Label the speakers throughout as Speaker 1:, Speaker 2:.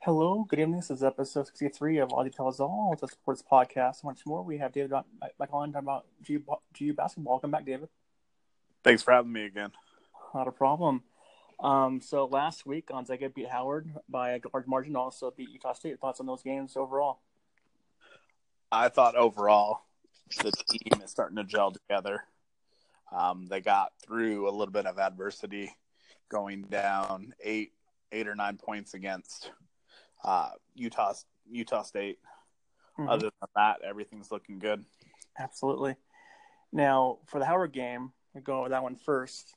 Speaker 1: Hello, good evening. This is episode 63 of All Details All, the sports podcast. Once more, we have David McClellan talking about GU, bo- GU basketball. Welcome back, David.
Speaker 2: Thanks for having me again.
Speaker 1: Not a problem. Um, so last week, Gonzaga beat Howard by a large margin, also beat Utah State. Thoughts on those games overall?
Speaker 2: I thought overall the team is starting to gel together. Um, they got through a little bit of adversity, going down eight, eight or nine points against uh, Utah, Utah State.
Speaker 1: Mhm.
Speaker 2: Other than that, everything's looking good.
Speaker 1: Absolutely. Now, for the Howard game, we go over that one first.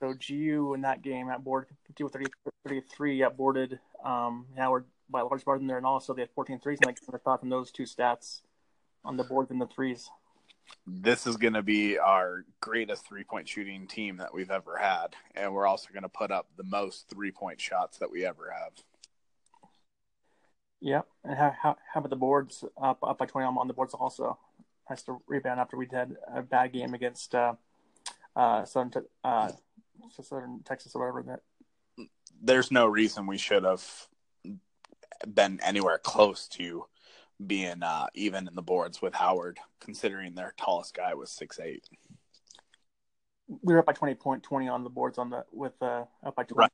Speaker 1: So GU in that game at board 53 got boarded um, Howard by a large margin there, and also they had 14 threes. And I kind of thought from those two stats on the board and the threes.
Speaker 2: This is going to be our greatest three point shooting team that we've ever had, and we're also going to put up the most three point shots that we ever have.
Speaker 1: Yep. And how, how, how about the boards up up by 20 on, on the boards also? Nice to rebound after we had a bad game against uh, uh, Southern, Te- uh, Southern Texas or whatever that
Speaker 2: there's no reason we should have been anywhere close to being uh, even in the boards with Howard, considering their tallest guy was six eight.
Speaker 1: we were up by 20 point 20 on the boards on the with uh up by 20
Speaker 2: Right.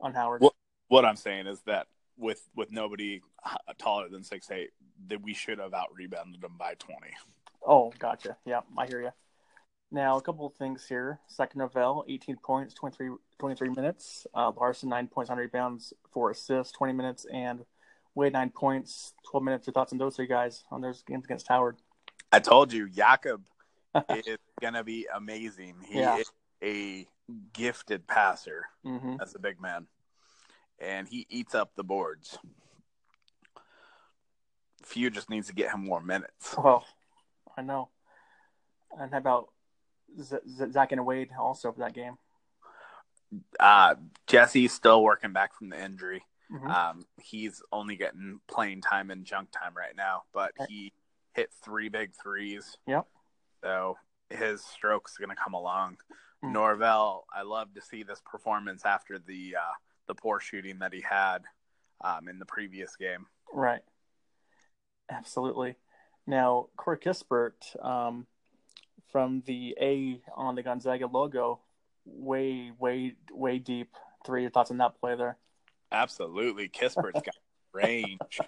Speaker 1: on Howard.
Speaker 2: Well- What I'm saying is that with with nobody uh, taller than six eight, that we should have out rebounded them by twenty.
Speaker 1: Oh, gotcha. Yeah, I hear you. Now, a couple of things here. Second Novell, 18 points, 23, 23 minutes. Uh, Larson, 9 points, on rebounds, 4 assists, 20 minutes. And Wade, 9 points, 12 minutes. Your thoughts on those three guys on those games against Howard?
Speaker 2: I told you, Jakob is gonna be amazing. He
Speaker 1: Yeah.
Speaker 2: is a gifted passer
Speaker 1: Mm-hmm.
Speaker 2: as a big man, and he eats up the boards. Few just needs to get him more minutes.
Speaker 1: Well, I know. And how about Z- Z- Zach and Wade also for that game?
Speaker 2: uh, Jesse's still working back from the injury.
Speaker 1: Mhm.
Speaker 2: Um, he's only getting playing time and junk time right now, but
Speaker 1: Right.
Speaker 2: he hit three big threes.
Speaker 1: Yep.
Speaker 2: So his stroke's going to come along.
Speaker 1: Mm.
Speaker 2: Norvell, I love to see this performance after the uh, the poor shooting that he had um, in the previous game.
Speaker 1: Right. Absolutely. Now, Corey Kispert um, from the A on the Gonzaga logo, way, way, way deep. Three your thoughts on that play there.
Speaker 2: Absolutely, Kispert's got range.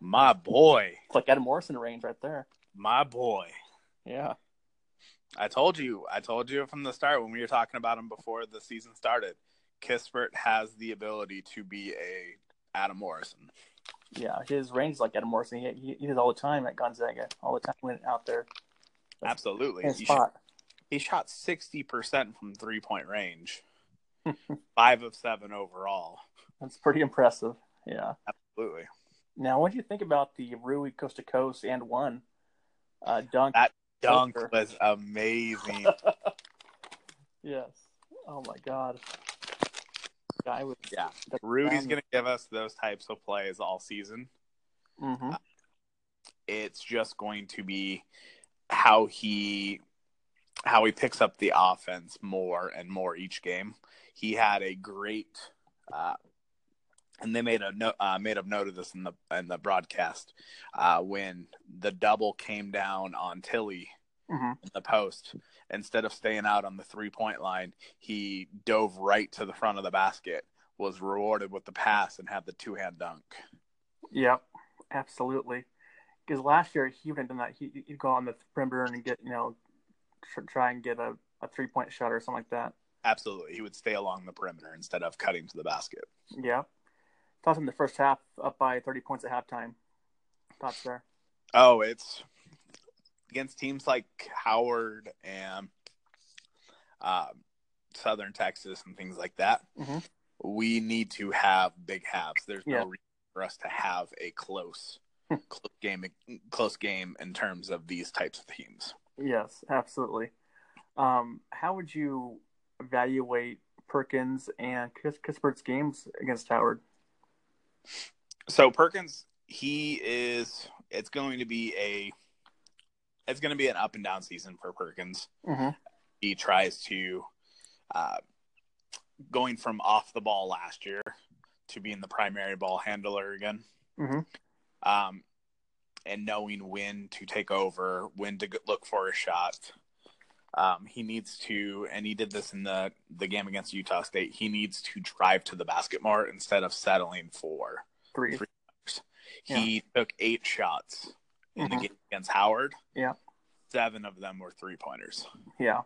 Speaker 2: My boy,
Speaker 1: It's like Adam Morrison range right there.
Speaker 2: my boy.
Speaker 1: Yeah.
Speaker 2: I told you, I told you from the start when we were talking about him before the season started. Kispert has the ability to be a Adam Morrison.
Speaker 1: Yeah. His range is like Adam Morrison. He, he, he does all the time at Gonzaga, all the time when out there
Speaker 2: Absolutely,
Speaker 1: in his
Speaker 2: he,
Speaker 1: spot.
Speaker 2: he shot sixty percent from three point range, five of seven overall.
Speaker 1: That's pretty impressive. Yeah.
Speaker 2: Absolutely,
Speaker 1: Now, what do you think about the Rui Coast to Coast and one uh, dunk?
Speaker 2: That- dunk
Speaker 1: Over.
Speaker 2: was amazing.
Speaker 1: Yes. Oh my God. Guy was
Speaker 2: yeah, Rudy's gonna give us those types of plays all season.
Speaker 1: hmm
Speaker 2: It's just going to be how he how he picks up the offense more and more each game. He had a great, uh, and they made a no, uh, made a note of this in the in the broadcast uh, when the double came down on Tilly
Speaker 1: hmm
Speaker 2: in the post. Instead of staying out on the three point line, he dove right to the front of the basket, was rewarded with the pass, and had the two hand dunk.
Speaker 1: Yep. Absolutely. Because last year he wouldn't have done that. He, he'd go on the perimeter and get you know tr- try and get a, a three point shot or something like that.
Speaker 2: Absolutely, he would stay along the perimeter instead of cutting to the basket.
Speaker 1: Yeah. Thoughts in the first half up by thirty points at halftime. Thoughts there.
Speaker 2: Oh, it's against teams like Howard and um, Southern Texas and things like that.
Speaker 1: Mhm.
Speaker 2: We need to have big halves. There's
Speaker 1: Yeah.
Speaker 2: no reason for us to have a close, close game, close game in terms of these types of teams.
Speaker 1: Yes, absolutely. Um, how would you evaluate Perkins and Kis- Kispert's games against Howard?
Speaker 2: So Perkins, he is. It's going to be a. It's going to be an up and down season for Perkins.
Speaker 1: Mm-hmm.
Speaker 2: he tries to uh, going from off the ball last year to being the primary ball handler again.
Speaker 1: Mhm.
Speaker 2: Um, and knowing when to take over, when to go- look for a shot. Um, he needs to, and he did this in the the game against Utah State. He needs to drive to the basket more instead of settling for.
Speaker 1: Three.
Speaker 2: He took eight shots in
Speaker 1: Mhm.
Speaker 2: the game against Howard.
Speaker 1: Yeah.
Speaker 2: seven of them were three pointers.
Speaker 1: Yeah.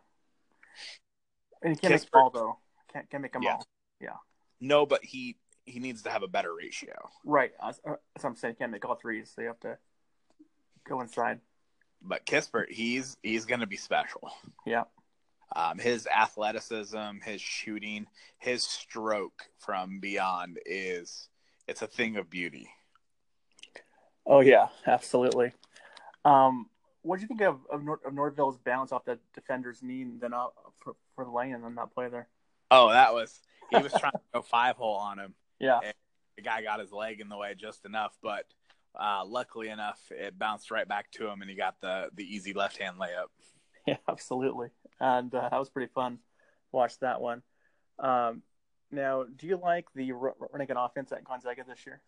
Speaker 1: And he can't
Speaker 2: Kiss
Speaker 1: make them all though. Can't can't make them
Speaker 2: Yeah.
Speaker 1: all.
Speaker 2: No, but he he needs to have a better ratio.
Speaker 1: Right. That's that's what I'm saying. Can't make all threes. They have to go inside.
Speaker 2: But Kispert, he's he's going to be special.
Speaker 1: Yeah.
Speaker 2: Um, his athleticism, his shooting, his stroke from beyond is it's a thing of beauty.
Speaker 1: Oh yeah, absolutely. Um, what do you think of of, Nor- of Norville's bounce off the defender's knee and then up for, for the lane and then that play there?
Speaker 2: Oh, that was he was trying to go five hole on him.
Speaker 1: Yeah.
Speaker 2: The guy got his leg in the way just enough, but uh, luckily enough, it bounced right back to him, and he got the the easy left hand layup.
Speaker 1: Yeah, absolutely. And uh, that was pretty fun. Watch that one. Um, now, do you like the Ru- Ru- running gun offense at Gonzaga this year?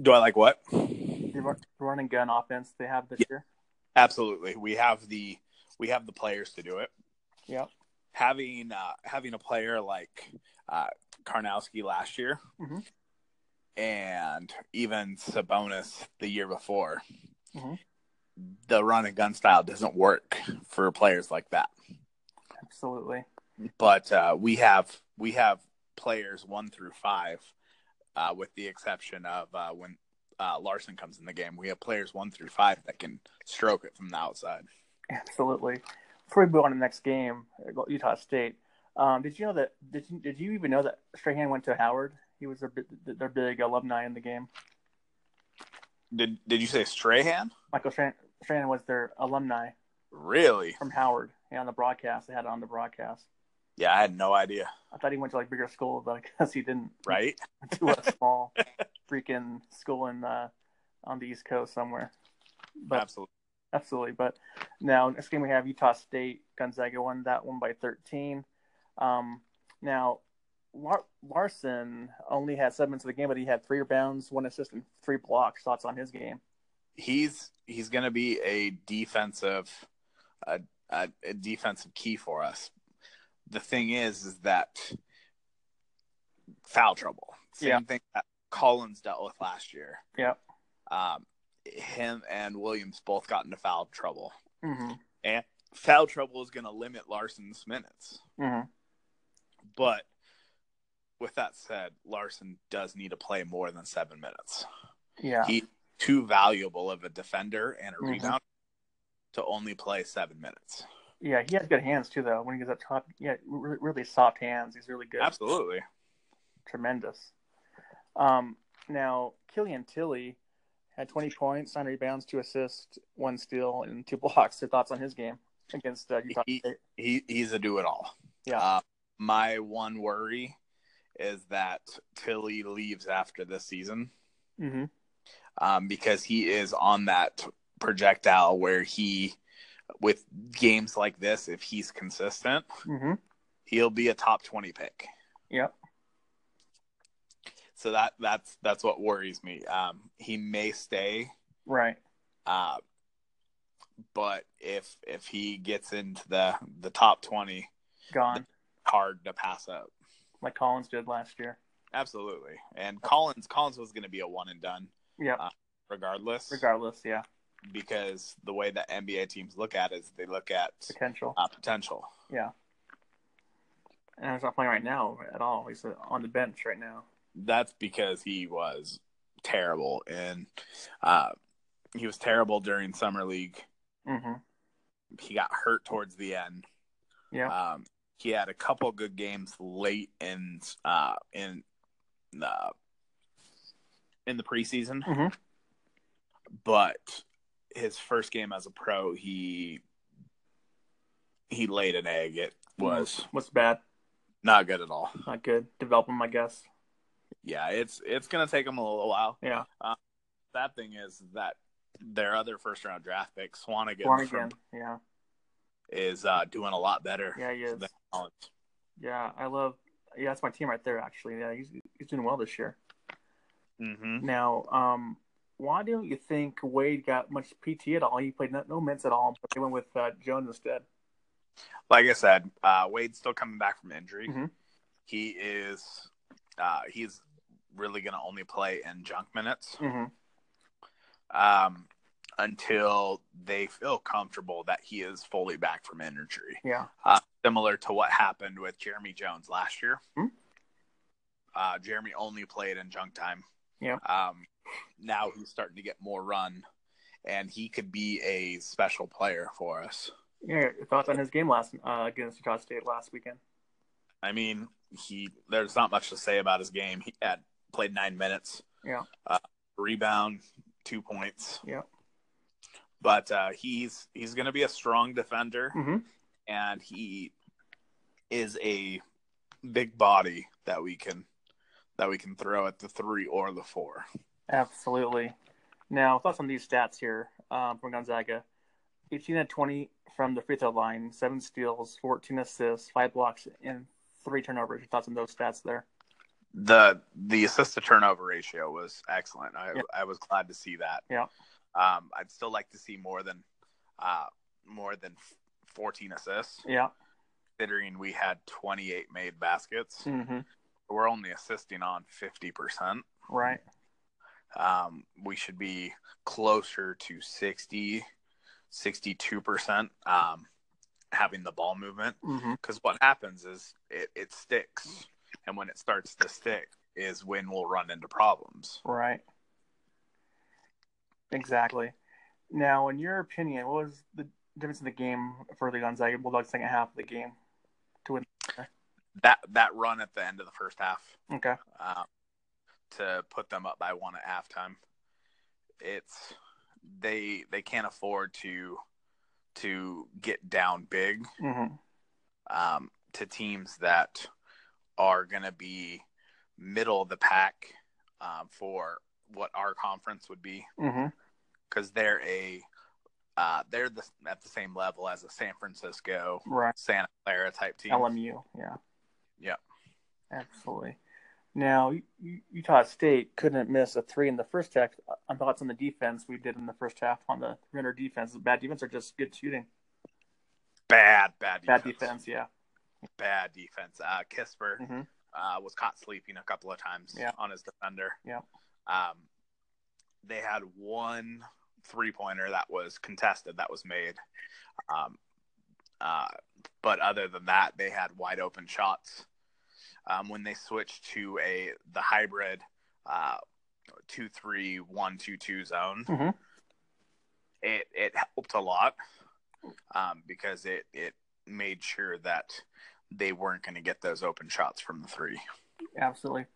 Speaker 2: Do I like what?
Speaker 1: The run- running gun offense they have this year.
Speaker 2: Absolutely, we have the we have the players to do it.
Speaker 1: Yep.
Speaker 2: having uh, having a player like uh, Karnowski last year,
Speaker 1: Mhm.
Speaker 2: and even Sabonis the year before,
Speaker 1: Mhm.
Speaker 2: the run and gun style doesn't work for players like that.
Speaker 1: Absolutely.
Speaker 2: But uh, we have we have players one through five, uh, with the exception of uh, when uh, Larson comes in the game. We have players one through five that can stroke it from the outside.
Speaker 1: Absolutely. Before we move on to the next game, Utah State. Um, did you know that? Did you, did you even know that Strahan went to Howard? He was their bi- their big alumni in the game.
Speaker 2: Did Did you say Strahan?
Speaker 1: Michael Strahan, Strahan was their alumni
Speaker 2: Really?
Speaker 1: from Howard. Yeah, on the broadcast, they had it on the broadcast.
Speaker 2: Yeah, I had no idea.
Speaker 1: I thought he went to like bigger school, but I guess he didn't.
Speaker 2: Right?
Speaker 1: to a small freaking school in uh, on the East Coast somewhere. But
Speaker 2: Absolutely.
Speaker 1: absolutely. But now next game we have Utah State Gonzaga won that one by 13. Um, now Lar- Larson only had seven minutes of the game, but he had three rebounds, one assist, and three blocks. Thoughts on his game?
Speaker 2: he's he's going to be a defensive a, a, a defensive key for us. The thing is, is that foul trouble. Same
Speaker 1: Yeah.
Speaker 2: thing that Collins dealt with last year.
Speaker 1: Yep.
Speaker 2: Um, him and Williams both got into foul trouble.
Speaker 1: Mm-hmm.
Speaker 2: And foul trouble is going to limit Larson's minutes.
Speaker 1: Mm-hmm.
Speaker 2: But with that said, Larson does need to play more than seven minutes.
Speaker 1: Yeah.
Speaker 2: He's too valuable of a defender and a
Speaker 1: Mhm.
Speaker 2: rebound to only play seven minutes.
Speaker 1: yeah. He has good hands too, though. When he gets up top, yeah, really, really soft hands. He's really good.
Speaker 2: Absolutely.
Speaker 1: tremendous. Um, now, Killian Tilly had 20 points, nine rebounds, two assists, one steal, and two blocks. Your thoughts on his game against uh, Utah
Speaker 2: He-
Speaker 1: State?
Speaker 2: He he's a do it all.
Speaker 1: Yeah.
Speaker 2: Uh, my one worry is that Tilly leaves after this season
Speaker 1: Mm-hmm.
Speaker 2: um, because he is on that projectile where he, with games like this, if he's consistent,
Speaker 1: Mm-hmm.
Speaker 2: he'll be a top twenty pick.
Speaker 1: Yep.
Speaker 2: So that that's that's what worries me. Um, he may stay
Speaker 1: Right.
Speaker 2: Uh, but if if he gets into the the top twenty,
Speaker 1: Gone
Speaker 2: hard to pass up.
Speaker 1: like Collins did last year.
Speaker 2: Absolutely. And Collins Collins was going to be a one and done
Speaker 1: Yeah.
Speaker 2: Uh, regardless,
Speaker 1: Regardless, yeah.
Speaker 2: because the way that NBA teams look at it is they look at
Speaker 1: Potential.
Speaker 2: uh, potential.
Speaker 1: And he's not playing right now at all. He's uh, on the bench right now.
Speaker 2: That's because he was terrible and uh, he was terrible during summer league.
Speaker 1: Mm-hmm.
Speaker 2: he got hurt towards the end.
Speaker 1: Yeah.
Speaker 2: Um, he had a couple good games late in uh, in the in the preseason,
Speaker 1: Mhm.
Speaker 2: but his first game as a pro, he he laid an egg. It was
Speaker 1: What's bad?
Speaker 2: not good at all.
Speaker 1: Not good. Develop him, I guess.
Speaker 2: Yeah, it's it's gonna take him a little while.
Speaker 1: Yeah.
Speaker 2: That thing is that their other first round draft pick, Swanigan,
Speaker 1: One
Speaker 2: from-
Speaker 1: again. Yeah.
Speaker 2: is uh, doing a lot better.
Speaker 1: Yeah, he is.
Speaker 2: than Collins.
Speaker 1: Yeah, I love yeah, that's my team right there. Actually, yeah, he's he's doing well this year.
Speaker 2: Mm-hmm.
Speaker 1: Now, um, why don't you think Wade got much PT at all? He played no, no minutes at all, but they went with uh, Jones instead.
Speaker 2: Like I said, uh, Wade's still coming back from injury.
Speaker 1: Mhm.
Speaker 2: He is. Uh, he's really going to only play in junk minutes
Speaker 1: Mm-hmm.
Speaker 2: um, until they feel comfortable that he is fully back from injury.
Speaker 1: Yeah.
Speaker 2: similar to what happened with Jeremy Jones last year.
Speaker 1: Hmm.
Speaker 2: Uh, Jeremy only played in junk time.
Speaker 1: Yeah.
Speaker 2: Um, now he's starting to get more run, and he could be a special player for us.
Speaker 1: Yeah. your Thoughts on his game last uh, against Utah State last weekend?
Speaker 2: I mean, he there's not much to say about his game. He had played nine minutes.
Speaker 1: Yeah.
Speaker 2: Uh, rebound, two points.
Speaker 1: Yeah.
Speaker 2: But uh, he's he's going to be a strong defender.
Speaker 1: Mm-hmm.
Speaker 2: and he is a big body that we can that we can throw at the three or the four.
Speaker 1: Absolutely. Now, thoughts on these stats here um, from Gonzaga 18 at 20 from the free throw line, seven steals, 14 assists, five blocks, and three turnovers. Your thoughts on those stats there?
Speaker 2: The the assist to turnover ratio was excellent. I
Speaker 1: Yeah.
Speaker 2: I was glad to see that.
Speaker 1: Yeah.
Speaker 2: Um, I'd still like to see more than uh more than 14 assists
Speaker 1: Yeah.
Speaker 2: considering we had 28 made baskets.
Speaker 1: Mm-hmm.
Speaker 2: We're only assisting on 50%.
Speaker 1: Right.
Speaker 2: um, we should be closer to 60 62% um, having the ball movement
Speaker 1: Mm-hmm.
Speaker 2: because what happens is it, it sticks and when it starts to stick is when we'll run into problems
Speaker 1: Right. Exactly. Now, in your opinion, what was the difference in the game for the Gonzaga Bulldogs second half of the game?
Speaker 2: that that run at the end of the first half
Speaker 1: Okay.
Speaker 2: um, to put them up by one at halftime it's they they can't afford to to get down big
Speaker 1: Mm-hmm.
Speaker 2: um, to teams that are going to be middle of the pack um, for what our conference would be
Speaker 1: Mm-hmm.
Speaker 2: because they're a uh, they're the, at the same level as a San Francisco,
Speaker 1: Right.
Speaker 2: Santa Clara type team.
Speaker 1: LMU. Yeah.
Speaker 2: Yeah.
Speaker 1: Absolutely. Now, U- U- Utah State couldn't miss a three in the first half. Uh, On thoughts on the defense we did in the first half on the perimeter defense, Is it bad defense or just good shooting?
Speaker 2: Bad, bad,
Speaker 1: Bad defense, yeah.
Speaker 2: bad defense. Uh, Kisper
Speaker 1: Mhm.
Speaker 2: uh, was caught sleeping a couple of times
Speaker 1: Yeah.
Speaker 2: on his defender.
Speaker 1: Yeah.
Speaker 2: Um, they had one three pointer that was contested that was made. Um, uh, but other than that, they had wide open shots. Um, when they switched to a the hybrid uh, two three one two two zone,
Speaker 1: Mhm.
Speaker 2: it it helped a lot um, because it it made sure that they weren't going to get those open shots from the three.
Speaker 1: Absolutely.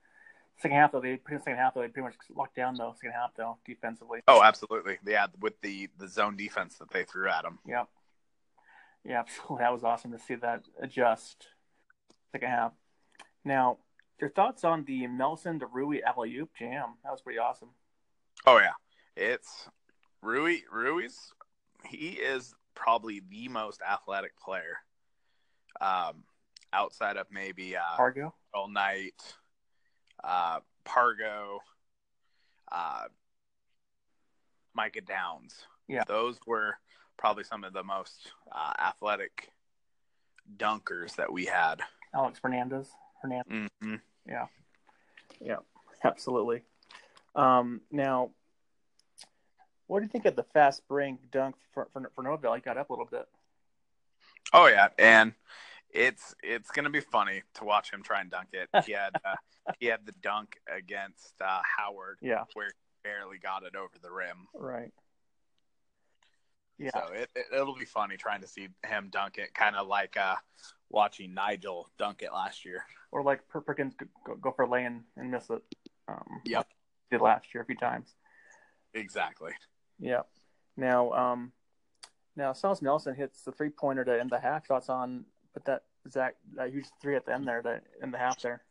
Speaker 1: Second half though, they pretty second half though they pretty much locked down though. Second half though, defensively.
Speaker 2: Oh, absolutely. Yeah, with the the zone defense that they threw at them.
Speaker 1: Yep. Yeah, absolutely. That was awesome to see that adjust second half. Now, your thoughts on the Melson to Rui alley oop jam? That was pretty awesome.
Speaker 2: Oh yeah, it's Rui. Rui's he is probably the most athletic player, um, outside of maybe uh,
Speaker 1: Argo.
Speaker 2: All Knight, uh, Pargo, uh, Micah Downs.
Speaker 1: Yeah.
Speaker 2: those were probably some of the most uh, athletic dunkers that we had.
Speaker 1: Alex Fernandez. Hernandez.
Speaker 2: hmm
Speaker 1: Absolutely. Um, now, what do you think of the fast break dunk for for, for Novell? He got up a little bit.
Speaker 2: Oh yeah, and it's it's gonna be funny to watch him try and dunk it. He had uh, he had the dunk against uh, Howard,
Speaker 1: Yeah.
Speaker 2: where he barely got it over the rim.
Speaker 1: Right. Yeah.
Speaker 2: So it, it it'll be funny trying to see him dunk it, kind of like uh, watching Nigel dunk it last year.
Speaker 1: Or like Per- Perkins could go, go for a lay and, and miss it. Um,
Speaker 2: Yep.
Speaker 1: like he Did last year a few times.
Speaker 2: Exactly.
Speaker 1: Yeah. Now, um, now Silas Nelson hits the three pointer to end the half. Thoughts on but that Zach that huge three at the end there to end the half there.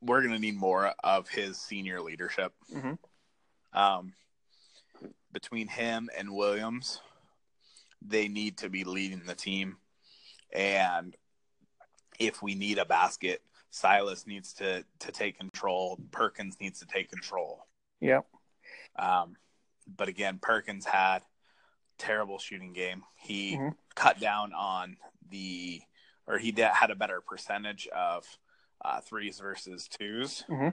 Speaker 2: We're gonna need more of his senior leadership.
Speaker 1: Mhm.
Speaker 2: Um, between him and Williams, they need to be leading the team. And if we need a basket, Silas needs to to take control. Perkins needs to take control.
Speaker 1: Yep.
Speaker 2: Um, but again, Perkins had terrible shooting game. He
Speaker 1: Mhm.
Speaker 2: cut down on the, or he did, had a better percentage of uh, threes versus 2s
Speaker 1: Mhm.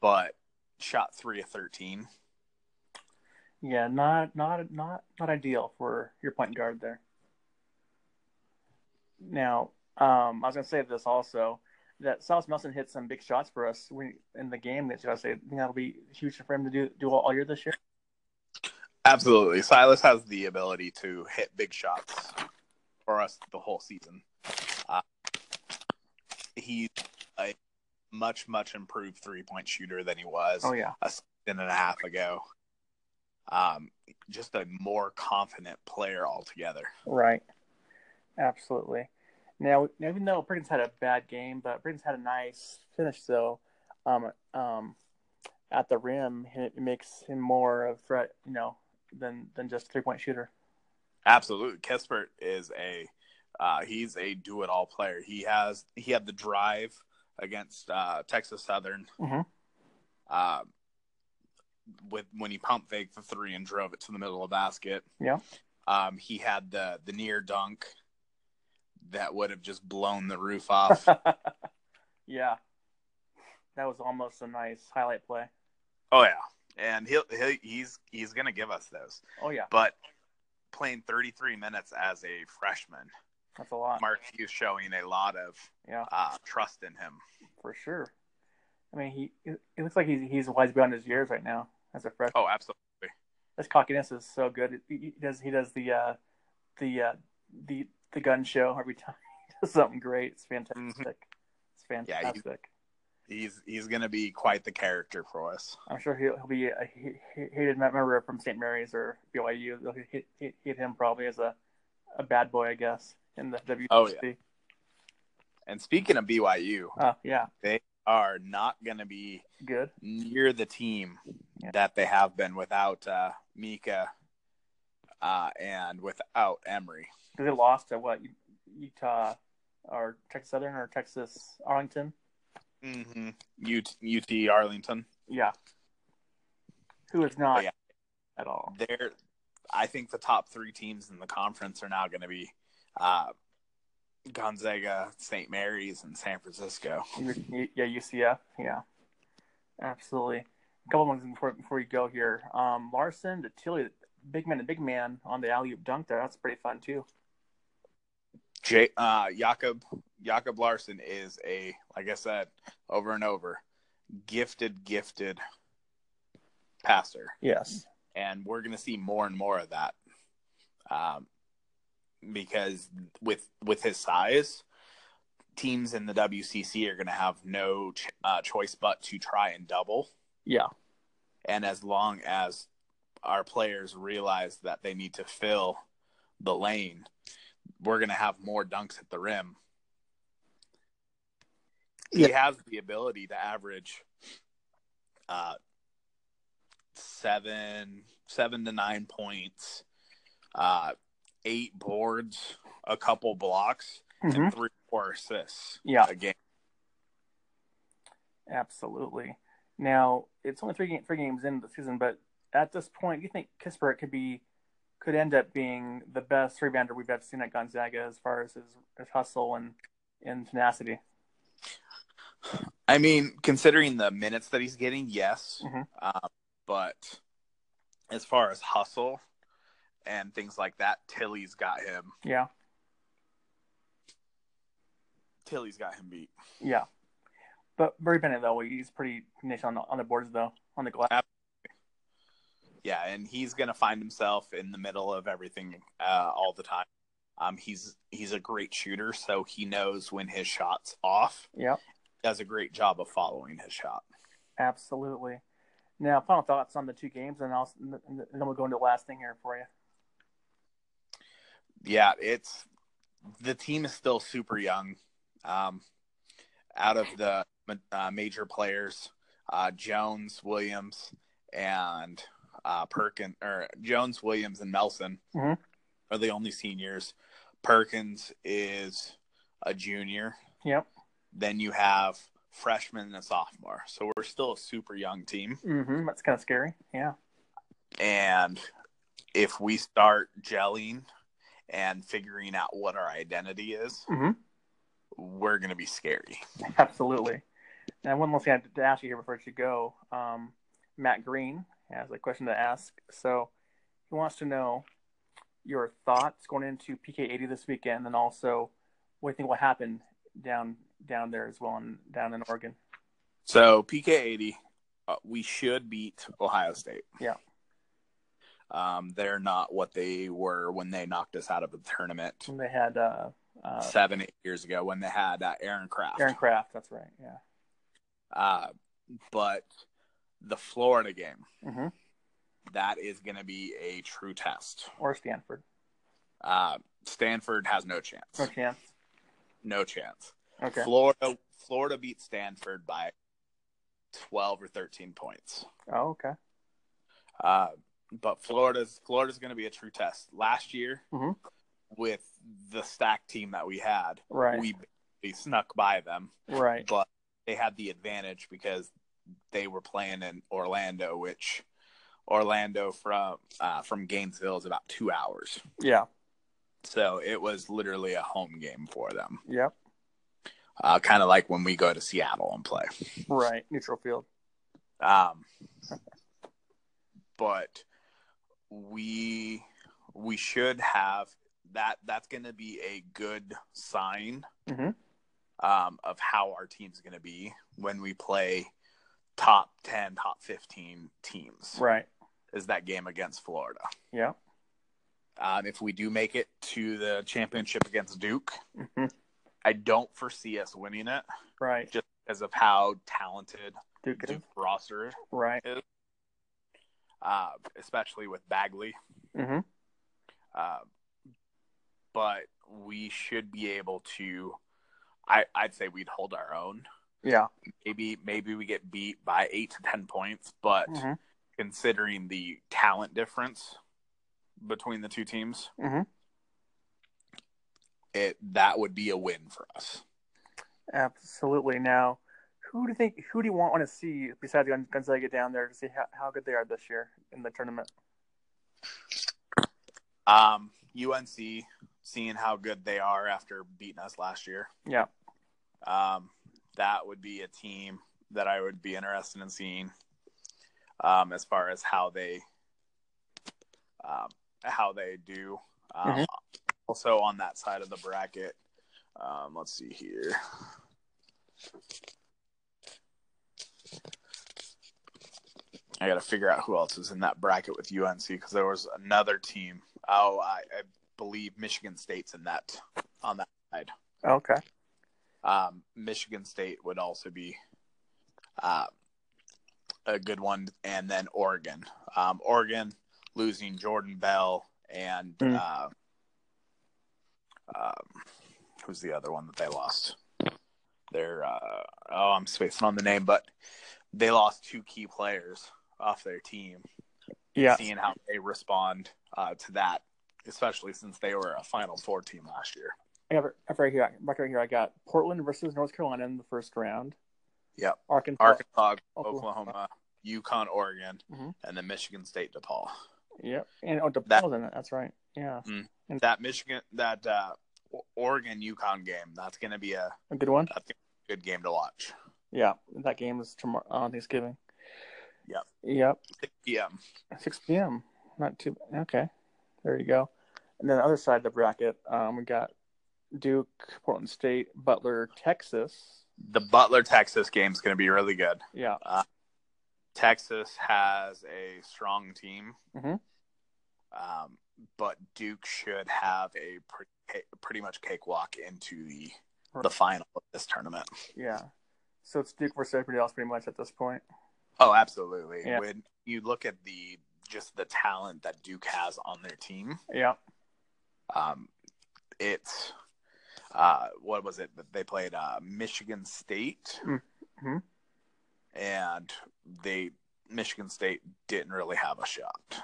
Speaker 2: but shot three of thirteen.
Speaker 1: Yeah, not not not not ideal for your point guard there. Now, um, I was gonna say this also that Silas Nelson hit some big shots for us when, in the game. That should I say I think that'll be huge for him to do do all, all year this year.
Speaker 2: Absolutely, Silas has the ability to hit big shots for us the whole season. Uh, he's a much much improved three point shooter than he was.
Speaker 1: Oh yeah,
Speaker 2: a season and a half ago. Um, just a more confident player altogether.
Speaker 1: right, absolutely. Now, even though Perkins had a bad game, but Perkins had a nice finish though. Um, um, at the rim, it makes him more of a threat, you know, than than just three point shooter.
Speaker 2: Absolutely, Kispert is a uh, he's a do it all player. He has he had the drive against uh, Texas Southern.
Speaker 1: Mhm.
Speaker 2: Uh, with when he pump faked the three and drove it to the middle of the basket.
Speaker 1: Yeah.
Speaker 2: Um, he had the the near dunk that would have just blown the roof off.
Speaker 1: yeah, that was almost a nice highlight play.
Speaker 2: oh yeah, and he'll, he'll he's he's gonna give us those.
Speaker 1: Oh yeah,
Speaker 2: but playing 33 minutes as a freshman,
Speaker 1: that's a lot.
Speaker 2: Mark Hughes showing a lot of
Speaker 1: Yeah,
Speaker 2: uh, trust in him.
Speaker 1: for sure. I mean, he it- it looks like he's he's wise beyond his years right now as a freshman.
Speaker 2: Oh, absolutely.
Speaker 1: This cockiness is so good. He, he does he does the uh, the uh, the the gun show every time. He does something great. It's fantastic. It's
Speaker 2: Mm-hmm. Yeah, he-
Speaker 1: fantastic.
Speaker 2: He's he's going to be quite the character for us.
Speaker 1: I'm sure he'll, he'll be a he- he- hated member from St. Mary's or BYU. They'll hit, hit, hit him probably as a, a bad boy, I guess, in the WCC.
Speaker 2: Oh, yeah. And speaking of BYU,
Speaker 1: Uh, yeah,
Speaker 2: are not going to be
Speaker 1: good.
Speaker 2: near the team
Speaker 1: Yeah.
Speaker 2: that they have been without uh, Mika uh, and without Emery.
Speaker 1: 'Cause they lost to what Utah or Texas Southern or Texas Arlington.
Speaker 2: Mm-hmm. UT, UT Arlington.
Speaker 1: Yeah, who is not
Speaker 2: Oh, yeah.
Speaker 1: at all?
Speaker 2: they're I think the top three teams in the conference are now going to be uh, Gonzaga, St. Mary's, and San Francisco.
Speaker 1: U- Yeah, UCF. Yeah, absolutely. A couple ones before before you go here. Um, Larson to Tilly, big man to big man on the alley oop dunk there. That's pretty fun too.
Speaker 2: J- uh, Jakob Jakob Larson is a like I said over and over, gifted, gifted passer,
Speaker 1: Yes.
Speaker 2: and we're going to see more and more of that. Um, because with with his size, teams in the WCC are going to have no ch- uh, choice but to try and double.
Speaker 1: Yeah.
Speaker 2: And as long as our players realize that they need to fill the lane, we're going to have more dunks at the rim. He has the ability to average uh, seven, seven to nine points, uh, eight boards, a couple blocks,
Speaker 1: Mhm.
Speaker 2: and three or four assists
Speaker 1: Yeah.
Speaker 2: a game.
Speaker 1: Absolutely. Now it's only three game, three games into the season, but at this point, do you think Kispert could be could end up being the best rebounder we've ever seen at Gonzaga as far as his, his hustle and and tenacity?
Speaker 2: I mean, considering the minutes that he's getting, yes.
Speaker 1: Mhm.
Speaker 2: Uh, but as far as hustle and things like that, Tilly's got him.
Speaker 1: Yeah,
Speaker 2: Tilly's got him beat.
Speaker 1: yeah. But Barry Bennett though, he's pretty niche on the on the boards though, on the glass.
Speaker 2: Yeah, and he's gonna find himself in the middle of everything uh, all the time. Um, he's he's a great shooter, so he knows when his shot's off.
Speaker 1: Yep.
Speaker 2: Does a great job of following his shot.
Speaker 1: Absolutely. Now, final thoughts on the two games, and I'll and then we'll go into the last thing here for you.
Speaker 2: yeah, it's the team is still super young. Um, out of the uh, major players, uh, Jones, Williams, and uh, Perkins, or Jones, Williams, and Nelson
Speaker 1: Mhm.
Speaker 2: are the only seniors. Perkins is a junior.
Speaker 1: Yep.
Speaker 2: Then you have freshman and a sophomore. So we're still a super young team.
Speaker 1: hmm That's kind of scary. Yeah.
Speaker 2: And if we start gelling and figuring out what our identity is,
Speaker 1: Mhm.
Speaker 2: we're going to be scary.
Speaker 1: Absolutely. Now, one more thing I had to ask you here before you go. Um, Matt Green has a question to ask. So he wants to know your thoughts going into PK80 this weekend, and also what do you think will happen down down there as well, and down in Oregon.
Speaker 2: So PK80, uh, we should beat Ohio State.
Speaker 1: Yeah.
Speaker 2: Um, they're not what they were when they knocked us out of the tournament
Speaker 1: And they had uh, uh,
Speaker 2: seven, eight years ago when they had uh, Aaron Kraft.
Speaker 1: Aaron Kraft. That's right. Yeah.
Speaker 2: Uh, but the Florida game,
Speaker 1: hmm
Speaker 2: that is going to be a true test.
Speaker 1: Or Stanford.
Speaker 2: Uh, Stanford has no chance.
Speaker 1: No chance.
Speaker 2: No chance.
Speaker 1: Okay.
Speaker 2: Florida Florida beat Stanford by 12 or 13 points.
Speaker 1: Oh, okay.
Speaker 2: Uh, but Florida's Florida's going to be a true test. Last year
Speaker 1: Mhm.
Speaker 2: with the stack team that we had,
Speaker 1: Right.
Speaker 2: we basically snuck by them,
Speaker 1: right.
Speaker 2: but they had the advantage because they were playing in Orlando, which Orlando from uh, from Gainesville is about 2 hours.
Speaker 1: Yeah.
Speaker 2: So it was literally a home game for them.
Speaker 1: Yep.
Speaker 2: Uh, kind of like when we go to Seattle and play.
Speaker 1: Right. Neutral field.
Speaker 2: Um, but we we should have that. That's going to be a good sign
Speaker 1: Mhm.
Speaker 2: um, of how our team's going to be when we play top ten, top fifteen teams.
Speaker 1: Right.
Speaker 2: Is that game against Florida?
Speaker 1: Yeah.
Speaker 2: Um, if we do make it to the championship against Duke,
Speaker 1: hmm
Speaker 2: I don't foresee us winning it
Speaker 1: Right.
Speaker 2: because of how talented
Speaker 1: Duke. is-
Speaker 2: Duke roster, is,
Speaker 1: Right.
Speaker 2: uh, especially with Bagley.
Speaker 1: hmm
Speaker 2: Uh, but we should be able to. I, I'd say we'd hold our own.
Speaker 1: Yeah.
Speaker 2: Maybe maybe we get beat by eight to ten points, but
Speaker 1: Mhm.
Speaker 2: considering the talent difference between the two teams,
Speaker 1: Mhm.
Speaker 2: it that would be a win for us.
Speaker 1: Absolutely. Now, who do you think? Who do you want, want to see besides Gon- Gonzaga down there to see how, how good they are this year in the tournament?
Speaker 2: Um, UNC seeing how good they are after beating us last year.
Speaker 1: Yeah.
Speaker 2: Um, that would be a team that I would be interested in seeing um, as far as how they um, how they do. Um,
Speaker 1: Mhm.
Speaker 2: Also on that side of the bracket, um, let's see here. I got to figure out who else is in that bracket with UNC because there was another team. Oh, I, I believe Michigan State's in that on that side
Speaker 1: Okay.
Speaker 2: um, Michigan State would also be uh, a good one, and then Oregon. Um, Oregon losing Jordan Bell and
Speaker 1: Mm.
Speaker 2: uh, um, who's the other one that they lost? They're uh, oh, I'm spacing on the name, but they lost two key players off their team.
Speaker 1: Yeah.
Speaker 2: Seeing how they respond uh, to that, especially since they were a Final Four team last year.
Speaker 1: I got I right here. Back right here. I got Portland versus North Carolina in the first round.
Speaker 2: Yep.
Speaker 1: Arkansas.
Speaker 2: Arkansas,
Speaker 1: Oklahoma.
Speaker 2: Oklahoma, Yukon, Oregon,
Speaker 1: Mhm.
Speaker 2: and then Michigan State DePaul.
Speaker 1: Yep. And oh,
Speaker 2: That-
Speaker 1: DePaul's in it. That's right. Yeah.
Speaker 2: That Michigan, that uh, Oregon Yukon game, that's going to be a
Speaker 1: A good one.
Speaker 2: good game to watch.
Speaker 1: Yeah. That game is tomorrow on Thanksgiving.
Speaker 2: Yep.
Speaker 1: Yep.
Speaker 2: 6 p.m.
Speaker 1: 6 p.m. Not too okay. There you go. And then the other side of the bracket, um, we got Duke, Portland State, Butler, Texas.
Speaker 2: The Butler Texas game is going to be really good.
Speaker 1: Yeah,
Speaker 2: Texas has a strong team,
Speaker 1: Mhm.
Speaker 2: um, but Duke should have a pretty, pretty much cakewalk into the the final of this tournament.
Speaker 1: yeah. So it's Duke versus everybody else, pretty much at this point.
Speaker 2: Oh, absolutely.
Speaker 1: Yeah.
Speaker 2: When you look at the just the talent that Duke has on their team,
Speaker 1: Yeah,
Speaker 2: um, it's uh, what was it that they played? Uh, Michigan State,
Speaker 1: Mhm.
Speaker 2: and they Michigan State didn't really have a shot.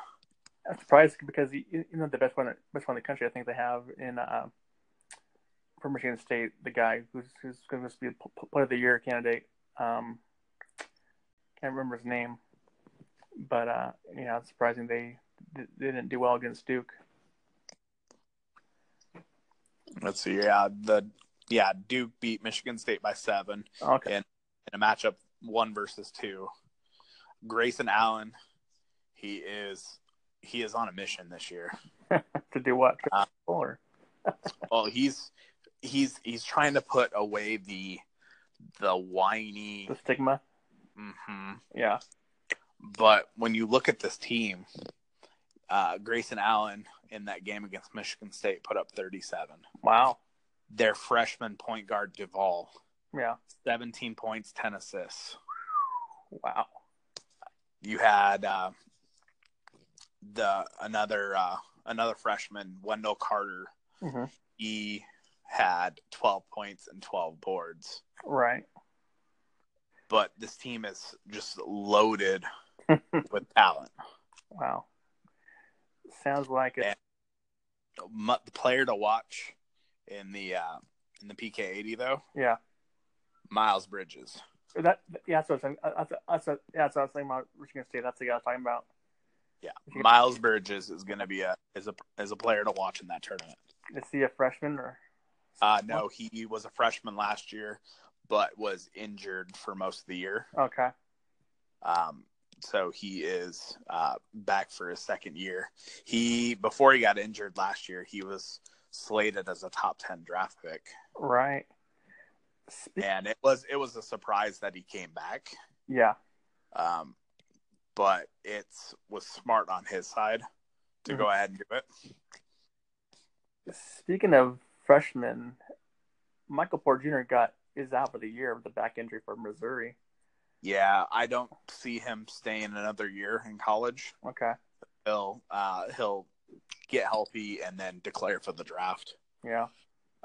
Speaker 1: I'm surprised because you you know the best one, best one in the country. I think they have in uh, for Michigan State, the guy who's who's going to be a p- player of the year candidate. Um, can't remember his name, but uh, you know, it's surprising they, they didn't do well against Duke.
Speaker 2: Let's see. Yeah, the yeah Duke beat Michigan State by seven
Speaker 1: Okay,
Speaker 2: in a matchup one versus two. Grayson Allen, he is he is on a mission this year.
Speaker 1: to do what?
Speaker 2: Uh,
Speaker 1: Or
Speaker 2: Well, he's he's he's trying to put away the the whiny.
Speaker 1: the stigma?
Speaker 2: hmm
Speaker 1: Yeah,
Speaker 2: But when you look at this team, uh, Grayson Allen in that game against Michigan State put up 37.
Speaker 1: wow.
Speaker 2: Their freshman point guard Duvall,
Speaker 1: Yeah,
Speaker 2: 17 points, 10 assists.
Speaker 1: wow.
Speaker 2: You had uh, the another uh, another freshman Wendell Carter.
Speaker 1: hmm
Speaker 2: He had 12 points and 12 boards.
Speaker 1: Right.
Speaker 2: But this team is just loaded with talent.
Speaker 1: Wow. Sounds like it.
Speaker 2: Yeah. Mu- The player to watch in the uh, in the PK80 though,
Speaker 1: Yeah.
Speaker 2: Miles Bridges.
Speaker 1: That yeah, that's what I was saying. That's, that's, that's, yeah, that's what I was saying about Michigan State. That's the guy I was talking about.
Speaker 2: Yeah,
Speaker 1: Yeah.
Speaker 2: Miles Burgess is going to be a is a is a player to watch in that tournament.
Speaker 1: Is he a freshman or?
Speaker 2: Uh, no, he was a freshman last year, but was injured for most of the year.
Speaker 1: Okay.
Speaker 2: Um, so he is uh, back for his second year. He before he got injured last year, he was slated as a top ten draft pick,
Speaker 1: Right. Spe-
Speaker 2: and it was it was a surprise that he came back.
Speaker 1: yeah.
Speaker 2: Um, but it was smart on his side to go ahead and do it.
Speaker 1: Speaking of freshmen, Michael Porter Jr. got is out for the year with a back injury for Missouri.
Speaker 2: Yeah, I don't see him staying another year in college.
Speaker 1: Okay.
Speaker 2: He'll uh, he'll get healthy and then declare for the draft.
Speaker 1: Yeah.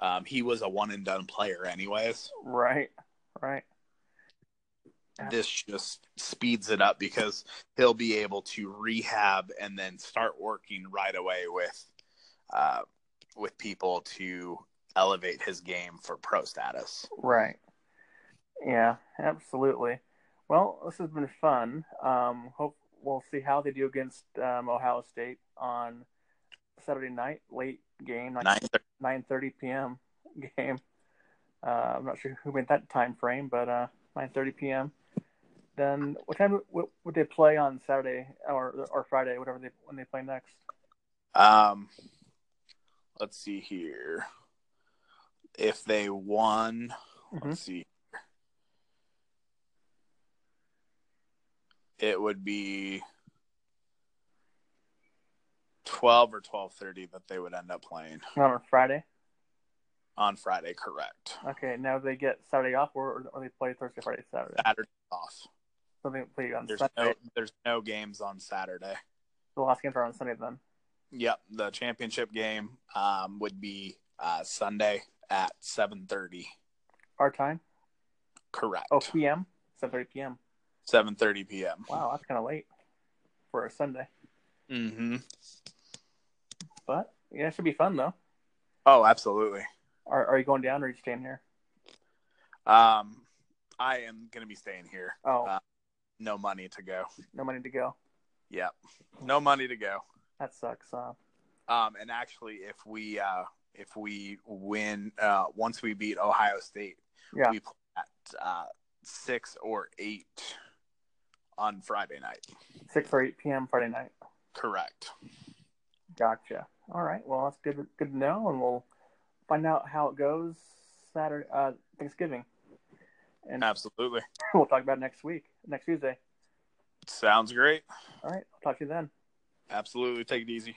Speaker 2: Um, he was a one and done player, anyways.
Speaker 1: Right. Right.
Speaker 2: This just speeds it up because he'll be able to rehab and then start working right away with uh, with people to elevate his game for pro status.
Speaker 1: Right. Yeah, absolutely. Well, this has been fun. Um, hope we'll see how they do against um, Ohio State on Saturday night, late game,
Speaker 2: Nine
Speaker 1: nine thirty p.m. game. Uh, I'm not sure who made that time frame, but uh, nine thirty p.m. Then what time would, would they play on Saturday or or Friday, whatever they when they play next?
Speaker 2: Um, let's see here. If they won,
Speaker 1: Mhm.
Speaker 2: let's see. It would be twelve or twelve thirty that they would end up playing
Speaker 1: Not on Friday.
Speaker 2: on Friday. Correct.
Speaker 1: Okay, now they get Saturday off, or, or they play Thursday, Friday, Saturday.
Speaker 2: Saturday off.
Speaker 1: So they play on
Speaker 2: There's
Speaker 1: Sunday.
Speaker 2: no there's no games on Saturday.
Speaker 1: The last games are on Sunday then.
Speaker 2: Yep, the championship game um, would be uh, Sunday at seven thirty.
Speaker 1: Our time?
Speaker 2: Correct.
Speaker 1: Oh, PM? 7.30 p.m.
Speaker 2: Seven thirty p.m.
Speaker 1: Wow, that's kind of late for a Sunday.
Speaker 2: Mm-hmm.
Speaker 1: But, yeah, it should be fun, though.
Speaker 2: Oh, absolutely.
Speaker 1: Are, are you going down or are you staying here?
Speaker 2: Um, I am gonna be staying here.
Speaker 1: Oh,
Speaker 2: Uh, No money to go.
Speaker 1: no money to go.
Speaker 2: Yep. No money to go.
Speaker 1: That sucks. Uh,
Speaker 2: Um, and actually, if we uh, if we win, uh, once we beat Ohio State,
Speaker 1: Yeah.
Speaker 2: we play at uh, six or eight on Friday night.
Speaker 1: 6 or 8 p.m. Friday night.
Speaker 2: Correct.
Speaker 1: Gotcha. All right. Well, that's good, good to know, and we'll find out how it goes Saturday, uh, Thanksgiving. And
Speaker 2: Absolutely.
Speaker 1: we'll talk about it next week, next Tuesday.
Speaker 2: Sounds great.
Speaker 1: All right. I'll talk to you then.
Speaker 2: Absolutely. Take it easy.